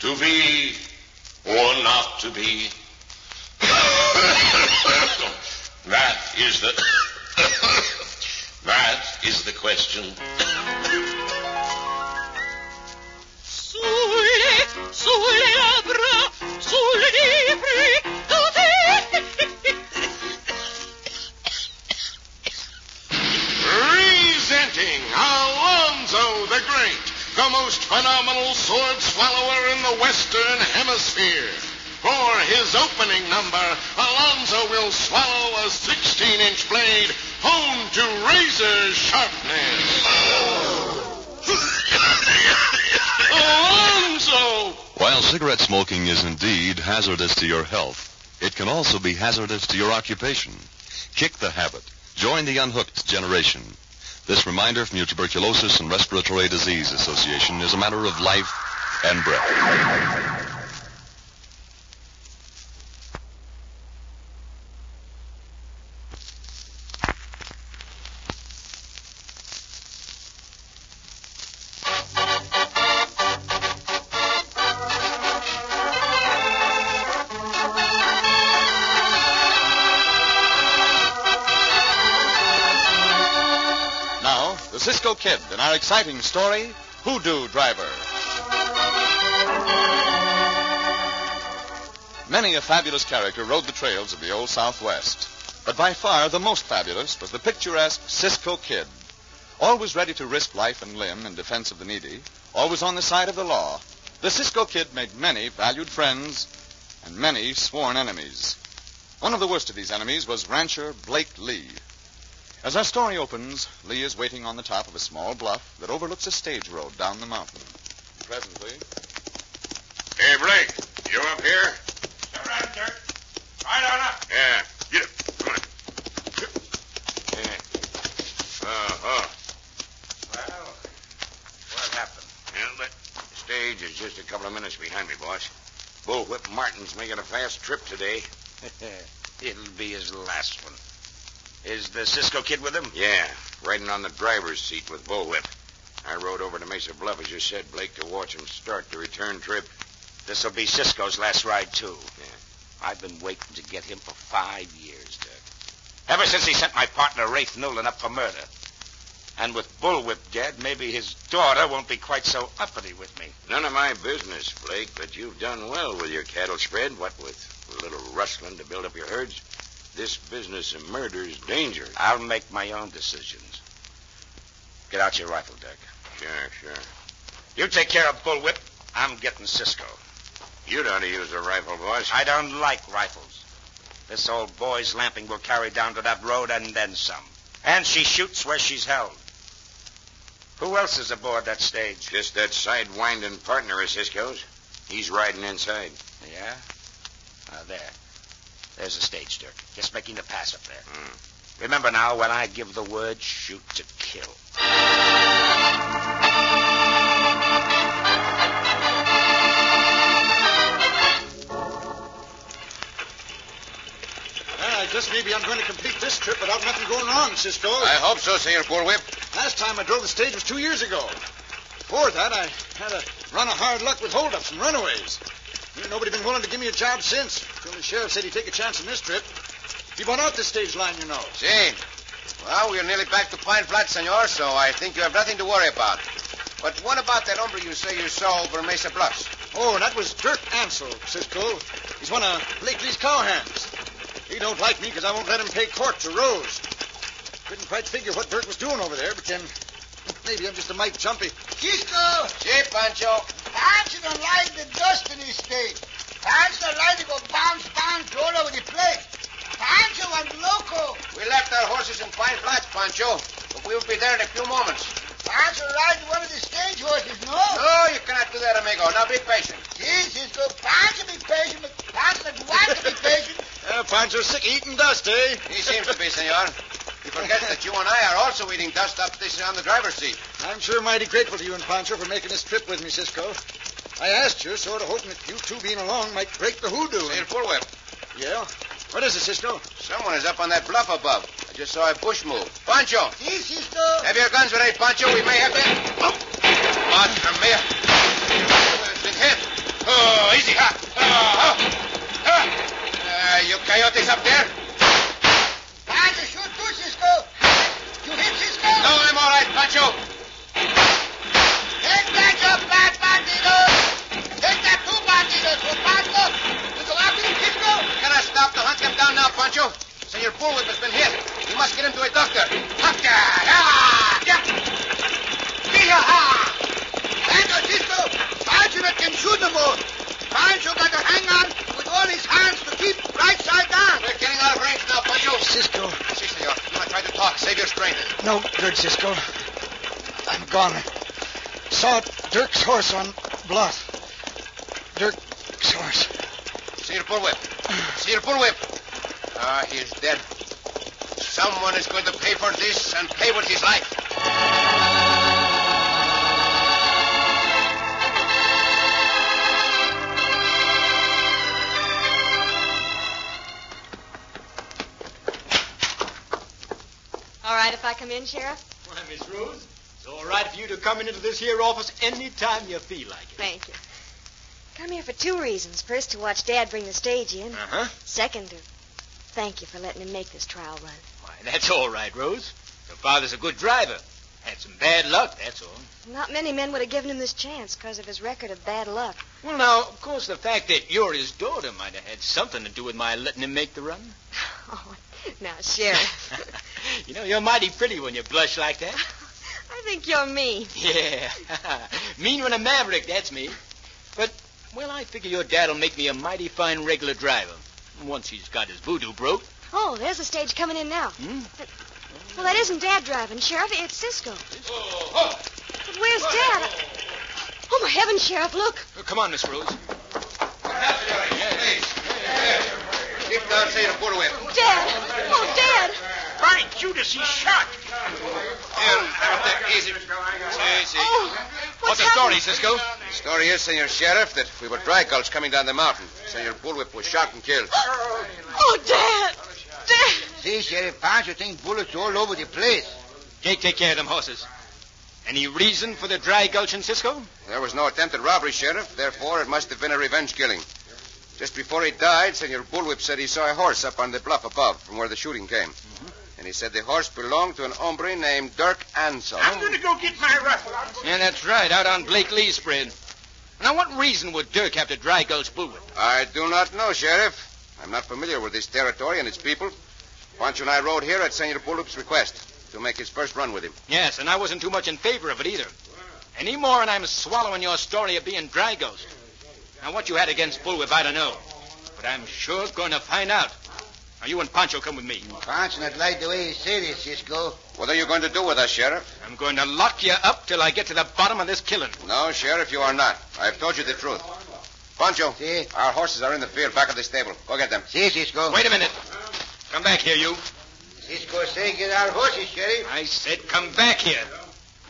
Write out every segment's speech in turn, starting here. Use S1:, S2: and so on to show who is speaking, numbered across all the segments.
S1: To be or not to be. that is the. that is the question.
S2: Sulle, sulle labbra, sulle libri,
S1: Presenting Alonzo the Great, the most phenomenal sword swallower in the Western Hemisphere. For his opening number, Alonzo will swallow a 16 inch blade honed to razor sharpness. Alonzo!
S3: While cigarette smoking is indeed hazardous to your health, it can also be hazardous to your occupation. Kick the habit. Join the unhooked generation. This reminder from your Tuberculosis and Respiratory Disease Association is a matter of life and breath.
S4: Now, the Cisco Kid in our exciting story, Hoodoo Driver. Many a fabulous character rode the trails of the Old Southwest, but by far the most fabulous was the picturesque Cisco Kid. Always ready to risk life and limb in defense of the needy, always on the side of the law, the Cisco Kid made many valued friends and many sworn enemies. One of the worst of these enemies was rancher Blake Lee. As our story opens, Lee is waiting on the top of a small bluff that overlooks a stage road down the mountain. Presently.
S1: Hey, Blake, you up here?
S5: Right on up.
S1: Yeah, get up. Come on. Yeah. Uh-huh.
S5: Well, what happened?
S1: Well, the
S5: Stage is just a couple of minutes behind me, boss.
S1: bullwhip
S5: Martin's making a fast trip today.
S1: It'll be his last one.
S5: Is the Cisco kid with him?
S1: Yeah, riding on the driver's seat with Bullwhip. I rode over to Mesa Bluff, as you said, Blake, to watch him start the return trip.
S5: This'll be Cisco's last ride, too.
S1: Yeah.
S5: I've been waiting to get him for five years, Doug. Ever since he sent my partner, Rafe Newland, up for murder. And with Bullwhip dead, maybe his daughter won't be quite so uppity with me.
S1: None of my business, Blake, but you've done well with your cattle spread, what with a little rustling to build up your herds. This business of murder's dangerous.
S5: I'll make my own decisions. Get out your rifle, Doug.
S1: Sure, sure.
S5: You take care of Bullwhip. I'm getting Cisco.
S1: You don't use a rifle, boss.
S5: I don't like rifles. This old boy's lamping will carry down to that road and then some. And she shoots where she's held. Who else is aboard that stage?
S1: Just that sidewinding partner of Cisco's. He's riding inside.
S5: Yeah? Ah, there. There's the stage, Dirk. Just making the pass up there.
S1: Hmm.
S5: Remember now, when I give the word, shoot to kill.
S4: Well, it just maybe I'm going to complete this trip without nothing going wrong, Cisco.
S1: I hope so, Senor Bullwhip.
S4: Last time I drove the stage was two years ago. Before that, I had a run of hard luck with holdups and runaways. Ain't nobody been willing to give me a job since. Till the sheriff said he'd take a chance on this trip. He bought out the stage line, you know.
S6: See. Well, we are nearly back to Pine Flat, senor, so I think you have nothing to worry about. But what about that hombre you say you saw over Mesa Bluffs?
S4: Oh, and that was Dirk Ansel, Cisco. He's one of Blakely's cowhands. He don't like me because I won't let him pay court to Rose. Couldn't quite figure what Dirk was doing over there, but then maybe I'm just a Mike Jumpy.
S7: Chico,
S6: See, Pancho?
S7: how'd you don't like the dust in his state? How'd you don't like to go bounce, bounce all over the place? How'd you want loco?
S6: We left our horses in Pine Flats, Pancho. But we will be there in a few moments.
S7: How'd you ride one of the stage horses, no?
S6: No, you cannot do that, amigo. Now be patient.
S7: Yes, it's go bounce to be patient, but bounce not want to be patient.
S4: Uh, Pancho's sick of eating dust, eh?
S6: He seems to be, senor. He forgets that you and I are also eating dust up this on the driver's seat.
S4: I'm sure mighty grateful to you and Pancho for making this trip with me, Cisco. I asked you, sort of hoping that you two being along might break the hoodoo.
S6: Senor Bullwhip,
S4: Yeah? What is it, Cisco?
S6: someone is up on that bluff above. I just saw a bush move. Pancho,
S7: Yes, Cisco.
S6: Have your guns ready, Pancho. We may have to. Oh, Come on, come here. We've been hit.
S8: Oh, easy. Ah, ah, ah.
S1: Uh, you coyotes up there?
S4: Pancho, shoot too, Cisco. You hit Cisco?
S1: No, I'm all right, Pancho.
S4: Take Pancho, black bandidos. Take that two bandidos for Pancho. You go after him, Cisco.
S1: Can I stop to hunt them down now, Pancho? Senor Bullwhip has been hit. We must get him to a doctor. Doctor! Ah! Yeah.
S4: Yee-haw! Pancho, Cisco. Pancho that can shoot them all. Pancho got to hang on with all his hands to keep right side down.
S1: We're getting out of range now, Pancho.
S9: Cisco.
S1: See, senor. You want to try to talk. Save your strength.
S9: No good, Cisco. I'm gone. Saw Dirk's horse on bluff. Dirk's horse.
S1: Senor Bullwhip. Senor Bullwhip. Ah, he is dead. Someone is going to pay for this and pay with his life.
S10: All right, if I come in, Sheriff?
S11: Why, Miss Rose, it's all right for you to come into this here office any time you feel like it.
S10: Thank you. Come here for two reasons. First, to watch Dad bring the stage in.
S11: Uh-huh.
S10: Second, to thank you for letting him make this trial run.
S11: Why, that's all right, Rose. Your father's a good driver. Had some bad luck, that's all.
S10: Not many men would have given him this chance because of his record of bad luck.
S11: Well, now, of course, the fact that you're his daughter might have had something to do with my letting him make the run.
S10: Oh, now, Sheriff.
S11: you know, you're mighty pretty when you blush like that.
S10: I think you're mean.
S11: Yeah. mean when a maverick, that's me. But, well, I figure your dad'll make me a mighty fine regular driver. Once he's got his voodoo broke.
S10: Oh, there's the stage coming in now.
S11: Hmm?
S10: Well, that isn't Dad driving, Sheriff. It's Cisco. But where's Dad? Oh, my heavens, Sheriff, look.
S11: Oh, come on, Miss Rose.
S1: Keep down, Senor Bullwhip.
S10: Dad. Oh, Dad.
S8: By Judas, he's shot.
S1: Here, out there. Easy. Easy.
S10: Oh, what's, happened?
S11: Cisco?
S1: Story is, Senor Sheriff, that we were dry gulch coming down the mountain. Senor Bullwhip was shot and killed.
S10: Oh, Dad. Dad.
S4: See, Sheriff, Pancho think bullets all over the place.
S11: Jake, take care of them horses. Any reason for the dry gulch in Cisco?
S1: There was no attempted robbery, Sheriff. Therefore, it must have been a revenge killing. Just before he died, Senor Bullwhip said he saw a horse up on the bluff above from where the shooting came. And he said the horse belonged to an hombre named Dirk Ansel.
S8: I'm going to go get my rifle. I'll go-
S11: Yeah, that's right, out on Blake Lee's spread. Now, what reason would Dirk have to dry gulch Bullwhip?
S1: I do not know, Sheriff. I'm not familiar with this territory and its people. Pancho and I rode here at Senor Bullwhip's request to make his first run with him.
S11: Yes, and I wasn't too much in favor of it either. Any more, and I'm swallowing your story of being dry gulch. Now, what you had against Bullwhip, I don't know. But I'm sure going to find out. Now, you and Pancho come with me.
S4: Pancho not like the way he said it, Cisco.
S1: What are you going to do with us, Sheriff?
S11: I'm going to lock you up till I get to the bottom of this killing.
S1: No, Sheriff, you are not. I've told you the truth. Pancho,
S4: See?
S1: our horses are in the field back of the stable. Go get them.
S4: See, Cisco.
S11: Wait a minute. Come back here, you.
S4: Cisco say get our horses, Sheriff.
S11: I said come back here.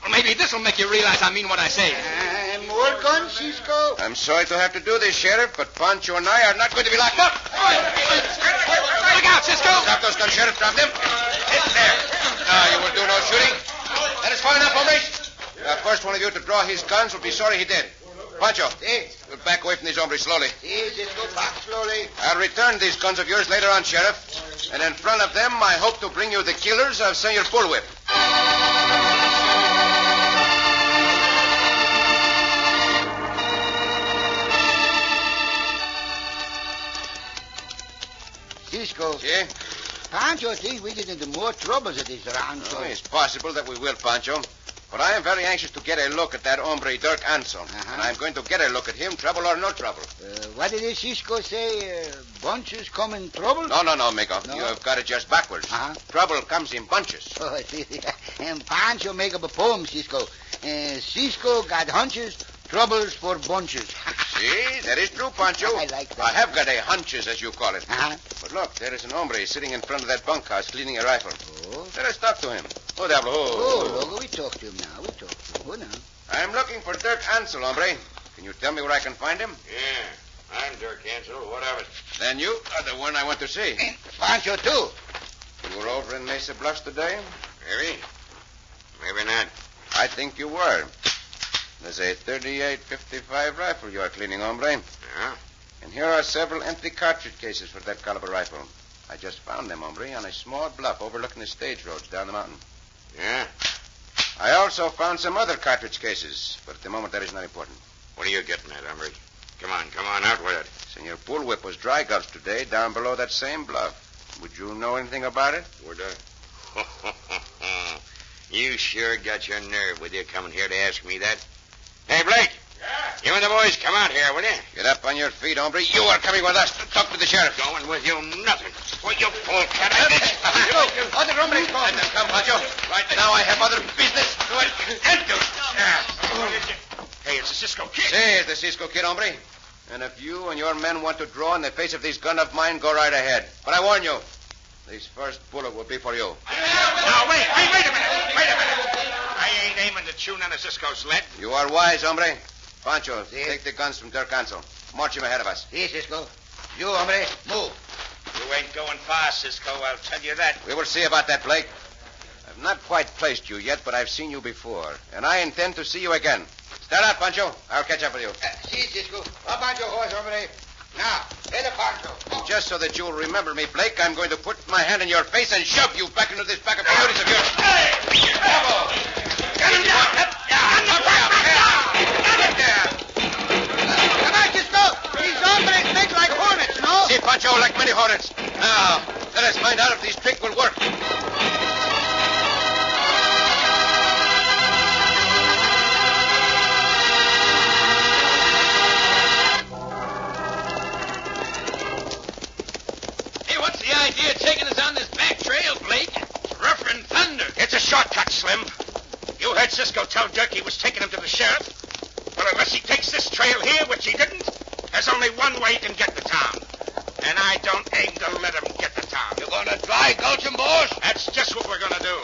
S11: Well, maybe this'll make you realize I mean what I say.
S4: Uh, more guns, Cisco.
S1: I'm sorry to have to do this, Sheriff, but Pancho and I are not going to be locked up.
S11: Look out, Cisco!
S1: Drop those guns, Sheriff. Drop them. Hit there. Now you will do no shooting. That is fine enough, hombres. The first one of you to draw his guns will be sorry he did. Pancho, you'll back away from these hombres slowly.
S4: See, Cisco, back slowly.
S1: I'll return these guns of yours later on, Sheriff. And in front of them, I hope to bring you the killers of Senor Bullwhip.
S4: Cisco,
S1: See?
S4: Pancho think we get into more troubles at this rancho.
S1: Oh, it's possible that we will, Pancho. But I am very anxious to get a look at that hombre, Dirk Anson.
S4: Uh-huh.
S1: And I'm going to get a look at him, trouble or no trouble.
S4: Uh, what did Cisco say? Uh, bunches come in trouble?
S1: No, no, no, Migo.
S4: No?
S1: You have got it just backwards.
S4: Uh-huh.
S1: Trouble comes in bunches.
S4: Oh, I see. and Pancho make up a poem, Cisco. Uh, Cisco got hunches, troubles for bunches.
S1: See? That is true, Pancho.
S4: I like that.
S1: I have got a hunches, as you call it.
S4: Uh-huh.
S1: But look, there is an hombre sitting in front of that bunkhouse cleaning a rifle.
S4: Oh.
S1: Let us talk to him. Oh, diablo.
S4: Oh,
S1: Oh.
S4: Logo, we talk to him now. We talk to him. Oh, now.
S1: I'm looking for Dirk Ansel, hombre. Can you tell me where I can find him?
S8: Yeah, I'm Dirk Ansel, what of it?
S1: Then you are the one I want to see.
S4: Pancho, too.
S1: You were over in Mesa Bluffs today?
S8: Maybe. Maybe not.
S1: I think you were. There's a 38-55 rifle you are cleaning, hombre.
S11: Yeah?
S1: And here are several empty cartridge cases for that caliber rifle. I just found them, hombre, on a small bluff overlooking the stage roads down the mountain.
S11: Yeah?
S1: I also found some other cartridge cases, but at the moment that is not important.
S11: What are you getting at, Emery? Come on, come on, out with it.
S1: Senor Bullwhip was dry gulch today down below that same bluff. Would you know anything about it?
S11: Would I? you sure got your nerve with you coming here to ask me that. Hey, Blake. Yeah? You and the boys come out here, will you?
S1: Get up on your feet, hombre. You are coming with us to talk to the sheriff.
S11: Going with you, nothing. Well, you fool cat. I
S1: you, other hombre, go. Let them come, Pancho. Right now I have other business.
S11: Good. And do it. Yeah. Hey, it's a Cisco kid.
S1: Say, it's the Cisco kid, hombre. And if you and your men want to draw in the face of this gun of mine, go right ahead. But I warn you, this first bullet will be for you.
S11: Now, wait, wait, wait a minute. Wait a minute. I ain't aiming to chew none of Cisco's lead.
S1: You are wise, hombre. Pancho, take the guns from Dirk Ansel. March him ahead of us.
S2: Si, Cisco. You, hombre, move.
S11: You ain't going far, Cisco, I'll tell you that.
S1: We will see about that, Blake. I've not quite placed you yet, but I've seen you before, and I intend to see you again. Stand up, Pancho. I'll catch up with you.
S11: Eh,
S2: Uh, si, Cisco.
S11: Oh,
S2: Up on your horse, hombre. Now, head up, Pancho.
S1: And just so that you'll remember me, Blake, I'm going to put my hand in your face and shove you back into this pack of coyotes of yours.
S11: Hey! Bravo! Get him down! Up, down! Up, down! Down it there!
S2: Come on, Cisco. These hombres think like hornets, no?
S1: See, Pancho, like many hornets. Now, let us find out if this trick will work.
S12: Hey, what's the idea of taking us on this back trail, Blake? It's rough and thunder.
S11: It's a shortcut, Slim. You heard Cisco tell Dirk he was taking him to the sheriff. Well, unless he takes this trail here, which he didn't, there's only one way he can get to town. And I don't aim to let him get to town.
S2: You're going to dry gulch him, boss?
S11: That's just what we're going to do.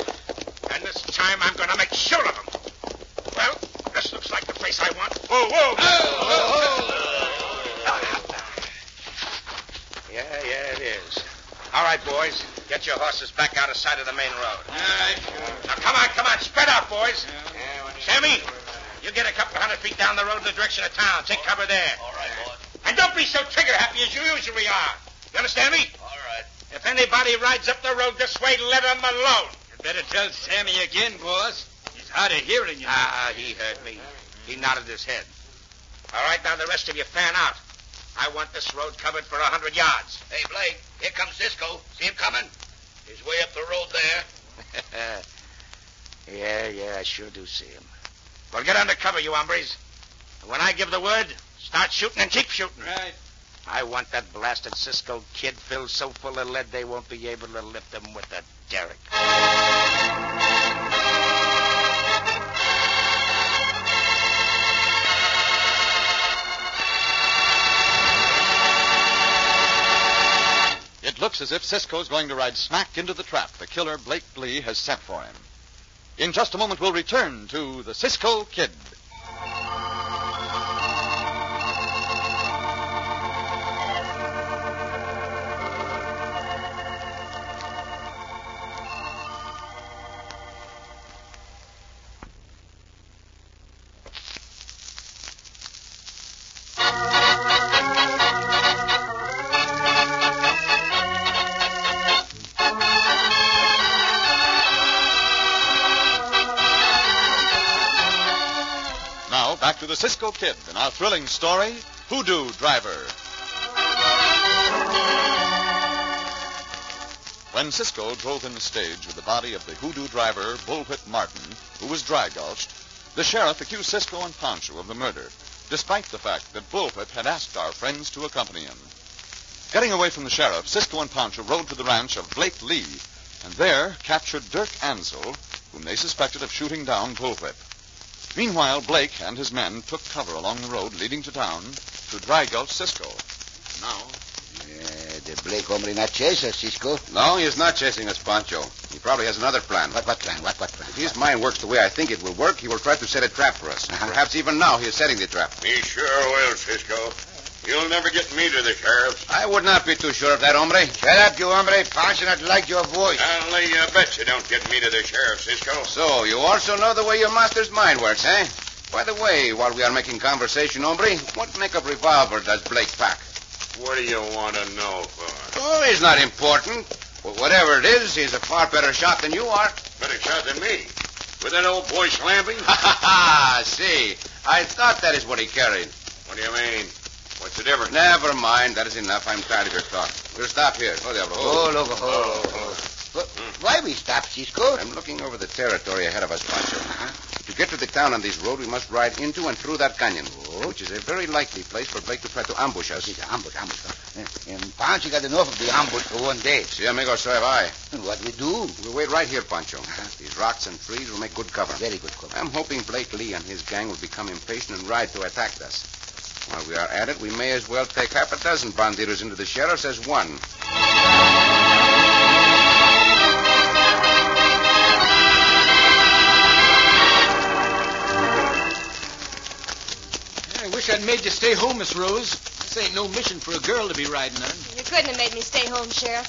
S11: And this time I'm going to make sure of him. Well, this looks like the place I want. Whoa, whoa. Yeah, yeah, it is. All right, boys. Get your horses back out of sight of the main road.
S12: All right, sure.
S11: Now, come on, come on. Spread out, boys. Sammy, you get a couple hundred feet down the road in the direction of town. Take cover there.
S13: All right, boss.
S11: And don't be so trigger happy as you usually are. You understand me?
S13: All right.
S11: If anybody rides up the road this way, let them alone.
S12: You better tell Sammy again, boss. He's out of hearing you. know.
S11: Ah, he heard me. He nodded his head. All right, now the rest of you fan out. I want this road covered for a hundred yards.
S13: Hey, Blake, here comes Cisco. See him coming? He's way up the road there.
S11: yeah, yeah, I sure do see him. Well, get under cover, you hombres. And when I give the word, start shooting and keep shooting.
S12: Right.
S11: I want that blasted Cisco kid filled so full of lead they won't be able to lift him with a derrick.
S4: It looks as if Cisco's going to ride smack into the trap the killer Blake Lee has set for him. In just a moment, we'll return to the Cisco Kid. Now, back to the Cisco Kid and our thrilling story Hoodoo Driver. When Cisco drove in the stage with the body of the hoodoo driver, Bullwhip Martin, who was dry gulched, the sheriff accused Cisco and Pancho of the murder, despite the fact that Bullwhip had asked our friends to accompany him. Getting away from the sheriff, Cisco and Pancho rode to the ranch of Blake Lee, and there captured Dirk Ansel, whom they suspected of shooting down Bullwhip. Meanwhile, Blake and his men took cover along the road leading to town to Dry Gulch Cisco. Now,
S2: Yeah, Eh, the Blake hombre not chase us, Cisco.
S1: No, he is not chasing us, Pancho. He probably has another plan.
S2: What, what plan? What, what plan?
S1: If his mind works the way I think it will work, he will try to set a trap for us.
S2: Uh-huh.
S1: Perhaps even now he is setting the trap.
S13: He sure will, Cisco. You'll never get me to the sheriff's.
S1: I would not be too sure of that, hombre.
S2: Shut up, you hombre. Pancho not like your voice.
S13: I'll lay you a bet you don't get me to the sheriff, Cisco.
S1: So, you also know the way your master's mind works, eh? By the way, while we are making conversation, hombre, what make of revolver does Blake pack?
S14: What do you want to know for?
S1: Oh, he's not important. Well, whatever it is, he's a far better shot than you are.
S14: Better shot than me. With that old boy slamping?
S1: Ah, see, I thought that is what he carried.
S14: what do you mean? What's the difference?
S1: Never mind, that is enough. I'm tired of your talk. We'll stop here. Oh, diablo.
S15: Oh, look, oh,
S14: Oh, oh.
S15: Why we stop, Cisco?
S1: I'm looking over the territory ahead of us, Pancho. To get to the town on this road, we must ride into and through that canyon, which is a very likely place for Blake to try to ambush us.
S15: It's ambush, ambush. Uh, And Pancho got enough of the ambush for one day.
S1: See, amigo, so have I.
S15: And what we do?
S1: We'll wait right here, Pancho. These rocks and trees will make good cover.
S15: Very good cover.
S1: I'm hoping Blake Lee and his gang will become impatient and ride to attack us. While we are at it, we may as well take half a dozen banditos into the sheriff's as one.
S4: I wish I'd made you stay home, Miss Rose. This ain't no mission for a girl to be riding on.
S10: You couldn't have made me stay home, Sheriff.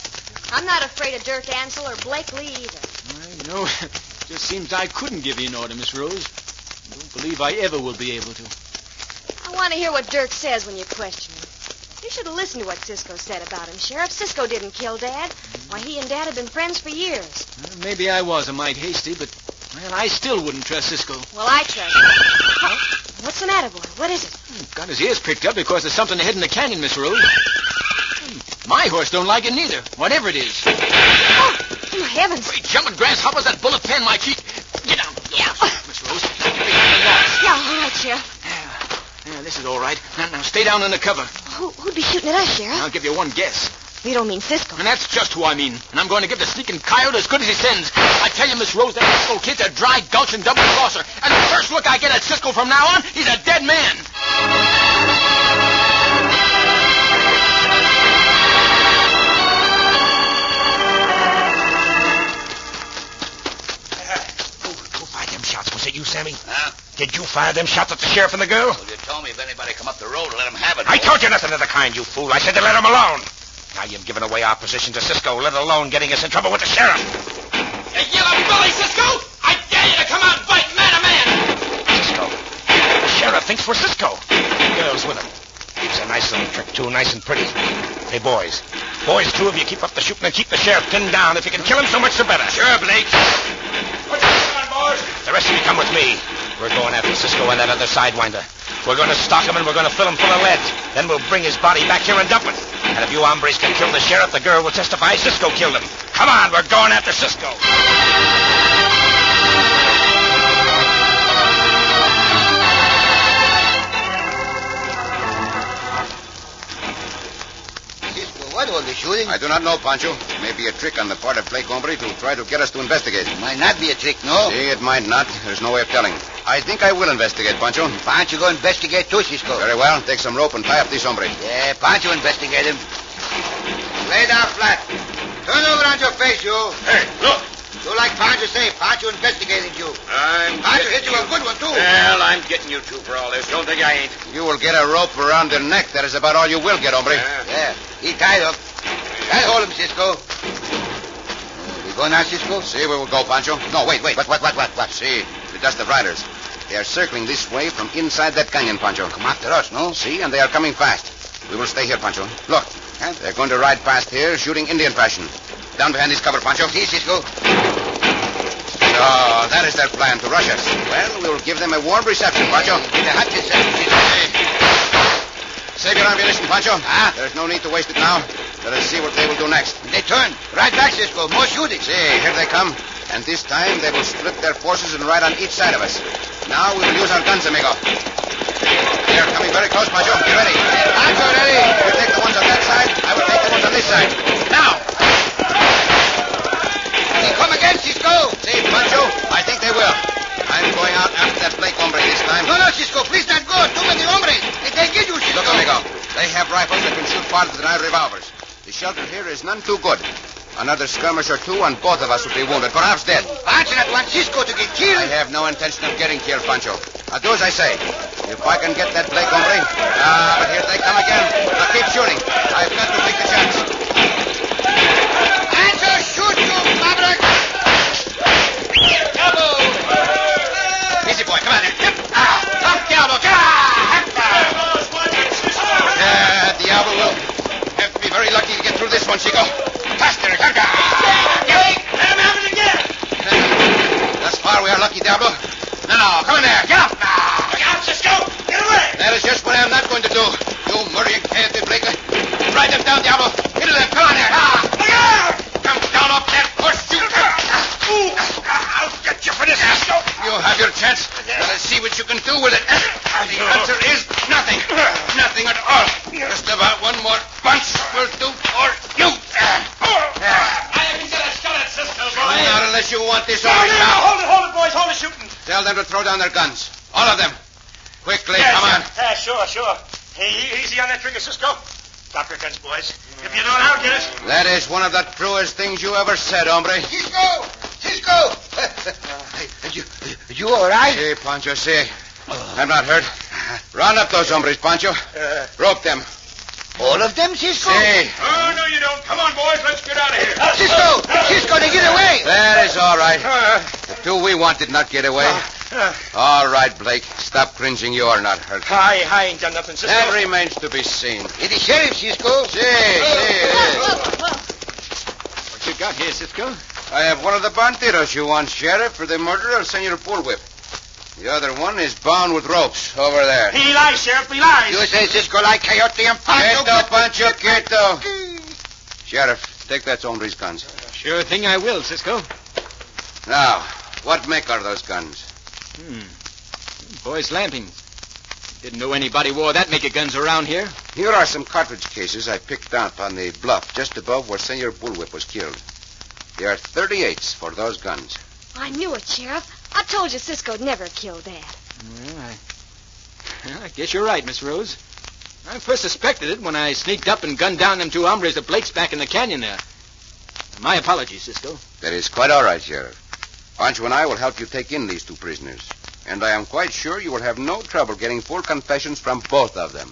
S10: I'm not afraid of Dirk Ansel or Blake Lee either.
S4: I know. Just seems I couldn't give you an order, Miss Rose. I don't believe I ever will be able to. Uh,
S10: I want to hear what Dirk says when you question him. You should have listened to what Cisco said about him, Sheriff. Cisco didn't kill Dad. Why, he and Dad have been friends for years.
S4: Well, maybe I was a mite hasty, but well, I still wouldn't trust Cisco.
S10: Well, I trust him. Huh? What's the matter, boy? What is it?
S4: Got his ears pricked up because there's something ahead in the canyon, Miss Rose. My horse don't like it neither, whatever it is.
S10: Oh, oh, my heavens.
S4: Great jumping grasshoppers, that bullet panned my cheek. Get down,
S10: Yeah.
S4: Miss Rose. Get me out of the lodge.
S10: Yeah, all right, Sheriff.
S4: Yeah, yeah, this is all right. Now, now, stay down under cover.
S10: Who, who'd be shooting at us, Sheriff?
S4: I'll give you one guess.
S10: You don't mean Cisco.
S4: And that's just who I mean. And I'm going to give the sneaking coyote as good as he sends. I tell you, Miss Rose, that Cisco kid's a dry gulch and double crosser. And the first look I get at Cisco from now on, he's a dead man.
S11: Who, who fired them shots? Was it you, Sammy? Huh? Did you fire them shots at the sheriff and the girl?
S16: Well, you told me if anybody come up the road, let 'em have it.
S11: I told you nothing of the kind, you fool. I said to let him alone. Now you've given away our position to Cisco, let alone getting us in trouble with the sheriff. You yellow bully, Cisco! I dare you to come out and fight man to man! Cisco. The sheriff thinks we're Cisco. The girl's with him. It's a nice little trick, too, nice and pretty. Hey, boys. Boys, two of you keep up the shooting and keep the sheriff pinned down. If you can kill him, so much the better. Sure, Blake. Put this on, boys. The rest of you come with me. We're going after Cisco and that other sidewinder. We're going to stalk him and we're going to fill him full of lead. Then we'll bring his body back here and dump it. And if you hombres can kill the sheriff, the girl will testify Cisco killed him. Come on, we're going after Cisco.
S15: Cisco, what all the shooting?
S1: I do not know, Pancho. It may be a trick on the part of Blake Hombre to try to get us to investigate.
S15: Might not be a trick, no?
S1: See, it might not. There's no way of telling. I think I will investigate, Pancho.
S15: Pancho go investigate too, Cisco.
S1: Very well. Take some rope and tie up this hombre.
S15: Yeah, Pancho investigate him. Lay down flat. Turn over on your face, you.
S14: Hey, look.
S15: Do like Pancho say, Pancho investigating you.
S14: I'm
S15: Pancho
S14: getting
S15: hit you a good one, too.
S14: Well, I'm getting you two for all this. Don't think I ain't.
S1: You will get a rope around their neck. That is about all you will get, hombre.
S15: Yeah, he tied up. That hold him, Cisco. We go now, Cisco?
S1: See where we'll go, Pancho. No, wait, wait.
S15: What, what, what, what, what?
S1: See, the dust of riders. They are circling this way from inside that canyon, Pancho. Come
S15: After us, no?
S1: See, and they are coming fast. We will stay here, Pancho. Look, they're going to ride past here, shooting Indian fashion. Down behind this cover, Pancho.
S15: See, Cisco?
S1: Oh, that is their plan to rush us. Well, we will give them a warm reception, Pancho.
S15: Give a hot reception, Cisco.
S1: Save your ammunition, Pancho. Ah, there is no need to waste it now. Let us see what they will do next.
S15: They turn. Right back, Cisco. More shooting.
S1: See, here they come. And this time they will split their forces and ride on each side of us. Now we will use our guns, amigo. They are coming very close, Pancho. Be ready. Pancho, ready. You take the ones on that side. I will take the ones on this side. Now.
S15: They come again, Cisco.
S1: See, Pancho, I think they will. I'm going out after that Blake hombre this time.
S15: No, no, Cisco. Please not go. Too many hombres. If they get you, Cisco.
S1: Look, amigo. They have rifles that can shoot farther than our revolvers. The shelter here is none too good. Another skirmish or two, and both of us will be wounded, perhaps dead.
S15: Pancho not want Cisco to get killed.
S1: I have no intention of getting killed, Pancho. Now do as I say. If I can get that Blake hombre. Ah, but here they come again. Now keep shooting. I've got to take the chance.
S15: Pancho, shoot you, maverick.
S1: Easy, boy. Come on. Yep. Ah. Ah, Diablo.
S11: No, no, come in there. Get up now. Look out, Cisco. Get away.
S1: That is just what I'm not going to do. You murdering cowardly Blaker. Ride them down, Diablo. Hit them. Come on there. Ah, look out. Come down off that horse, you. Ooh. I'll get you for this, Cisco. You have your chance. Let's see what you can do with it. The answer is nothing. Nothing at all. Just about one more punch will do for you.
S11: Ah. I can get a shot at Cisco, boy.
S1: Not unless you want this over
S11: no,
S1: now.
S11: hold it, hold it, boys. Hold it, shooting.
S1: Tell them to throw down their guns. All of them. Quickly,
S11: Yeah,
S1: come on.
S11: sure. Yeah, sure, sure. Hey, easy on that trigger, Cisco. Stop your guns, boys. If you don't, I'll get it.
S1: That is one of the truest things you ever said, hombre.
S2: Cisco! Cisco!
S1: You, you all right? See, Pancho, see.
S2: Uh.
S1: I'm not hurt. Round up those hombres, Pancho. Rope them.
S2: Uh. All of them, Cisco?
S1: See.
S11: Oh, no, you don't. Come on, boys. Let's get out of here.
S2: Cisco! Cisco, they get away! Uh.
S1: That is all right. The two we want did not get away. All right, Blake. Stop cringing. You are not hurt.
S12: I, I ain't done nothing, Cisco.
S1: That remains to be seen.
S2: It is Sheriff, Cisco.
S1: See, see.
S12: What you got here, Cisco?
S1: I have one of the bandidos you want, Sheriff, for the murder of Senor Bullwhip. The other one is bound with ropes over there.
S11: He lies, Sheriff. He lies.
S2: You say Cisco like Coyote and Pancho.
S1: Quieto, Pancho, quieto. Sheriff, take that hombre's guns.
S12: Sure thing I will, Cisco.
S1: Now, what make are those guns?
S12: Hmm. Boys' lampings. Didn't know anybody wore that make of guns around here.
S1: Here are some cartridge cases I picked up on the bluff just above where Senor Bullwhip was killed. There are 38s for those guns.
S10: I knew it, Sheriff. I told you Cisco'd never kill Dad.
S12: Well, I, well, I guess you're right, Miss Rose. I first suspected it when I sneaked up and gunned down them two hombres of Blake's back in the canyon there. My apologies, Cisco.
S1: That is quite all right, Sheriff. Pancho and I will help you take in these two prisoners. And I am quite sure you will have no trouble getting full confessions from both of them.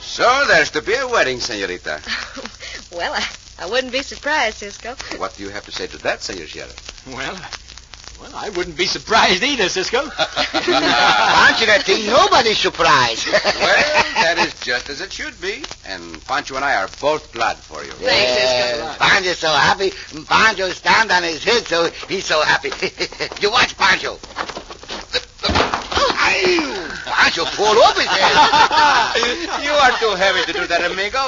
S1: So there's to be a wedding, senorita.
S10: well, I, I wouldn't be surprised, Cisco.
S1: What do you have to say to that, senor sheriff?
S12: Well, well, I wouldn't be surprised either, Cisco.
S2: Pancho, I think nobody's surprised.
S1: Well, that is just as it should be. And Pancho and I are both glad for you.
S10: Thanks, Cisco.
S2: Yeah, Pancho's so happy. Pancho stand on his head, so he's so happy. you watch Pancho. Aye, Pancho fall off his head.
S1: you are too heavy to do that, amigo.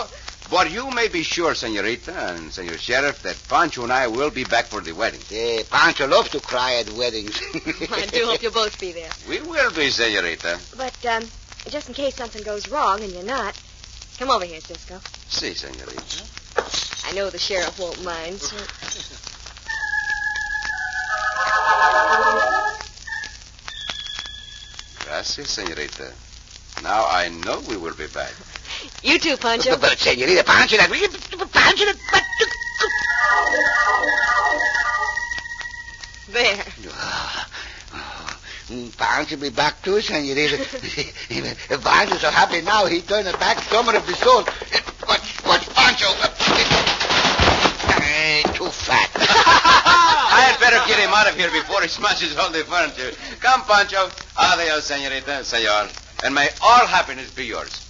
S1: But you may be sure, senorita and senor sheriff, that Pancho and I will be back for the wedding.
S2: yeah, Pancho loves to cry at weddings.
S10: I do hope you'll both be there.
S1: We will be, senorita.
S10: But um, just in case something goes wrong and you're not, come over here, Cisco.
S1: Si, senorita.
S10: I know the sheriff won't mind. So...
S1: Gracias, senorita. Now I know we will be back.
S10: You too, Pancho.
S2: But, senorita, Pancho, that... Pancho, that... but-
S10: There.
S2: Oh, oh. Bound to be back too, senorita. Bound is so happy now he turned a back summer of the soul. Watch, watch, Pancho. Eh, Too fat.
S1: I had better get him out of here before he smashes all the furniture. Come, Pancho. Adios, senorita, senor. And may all happiness be yours.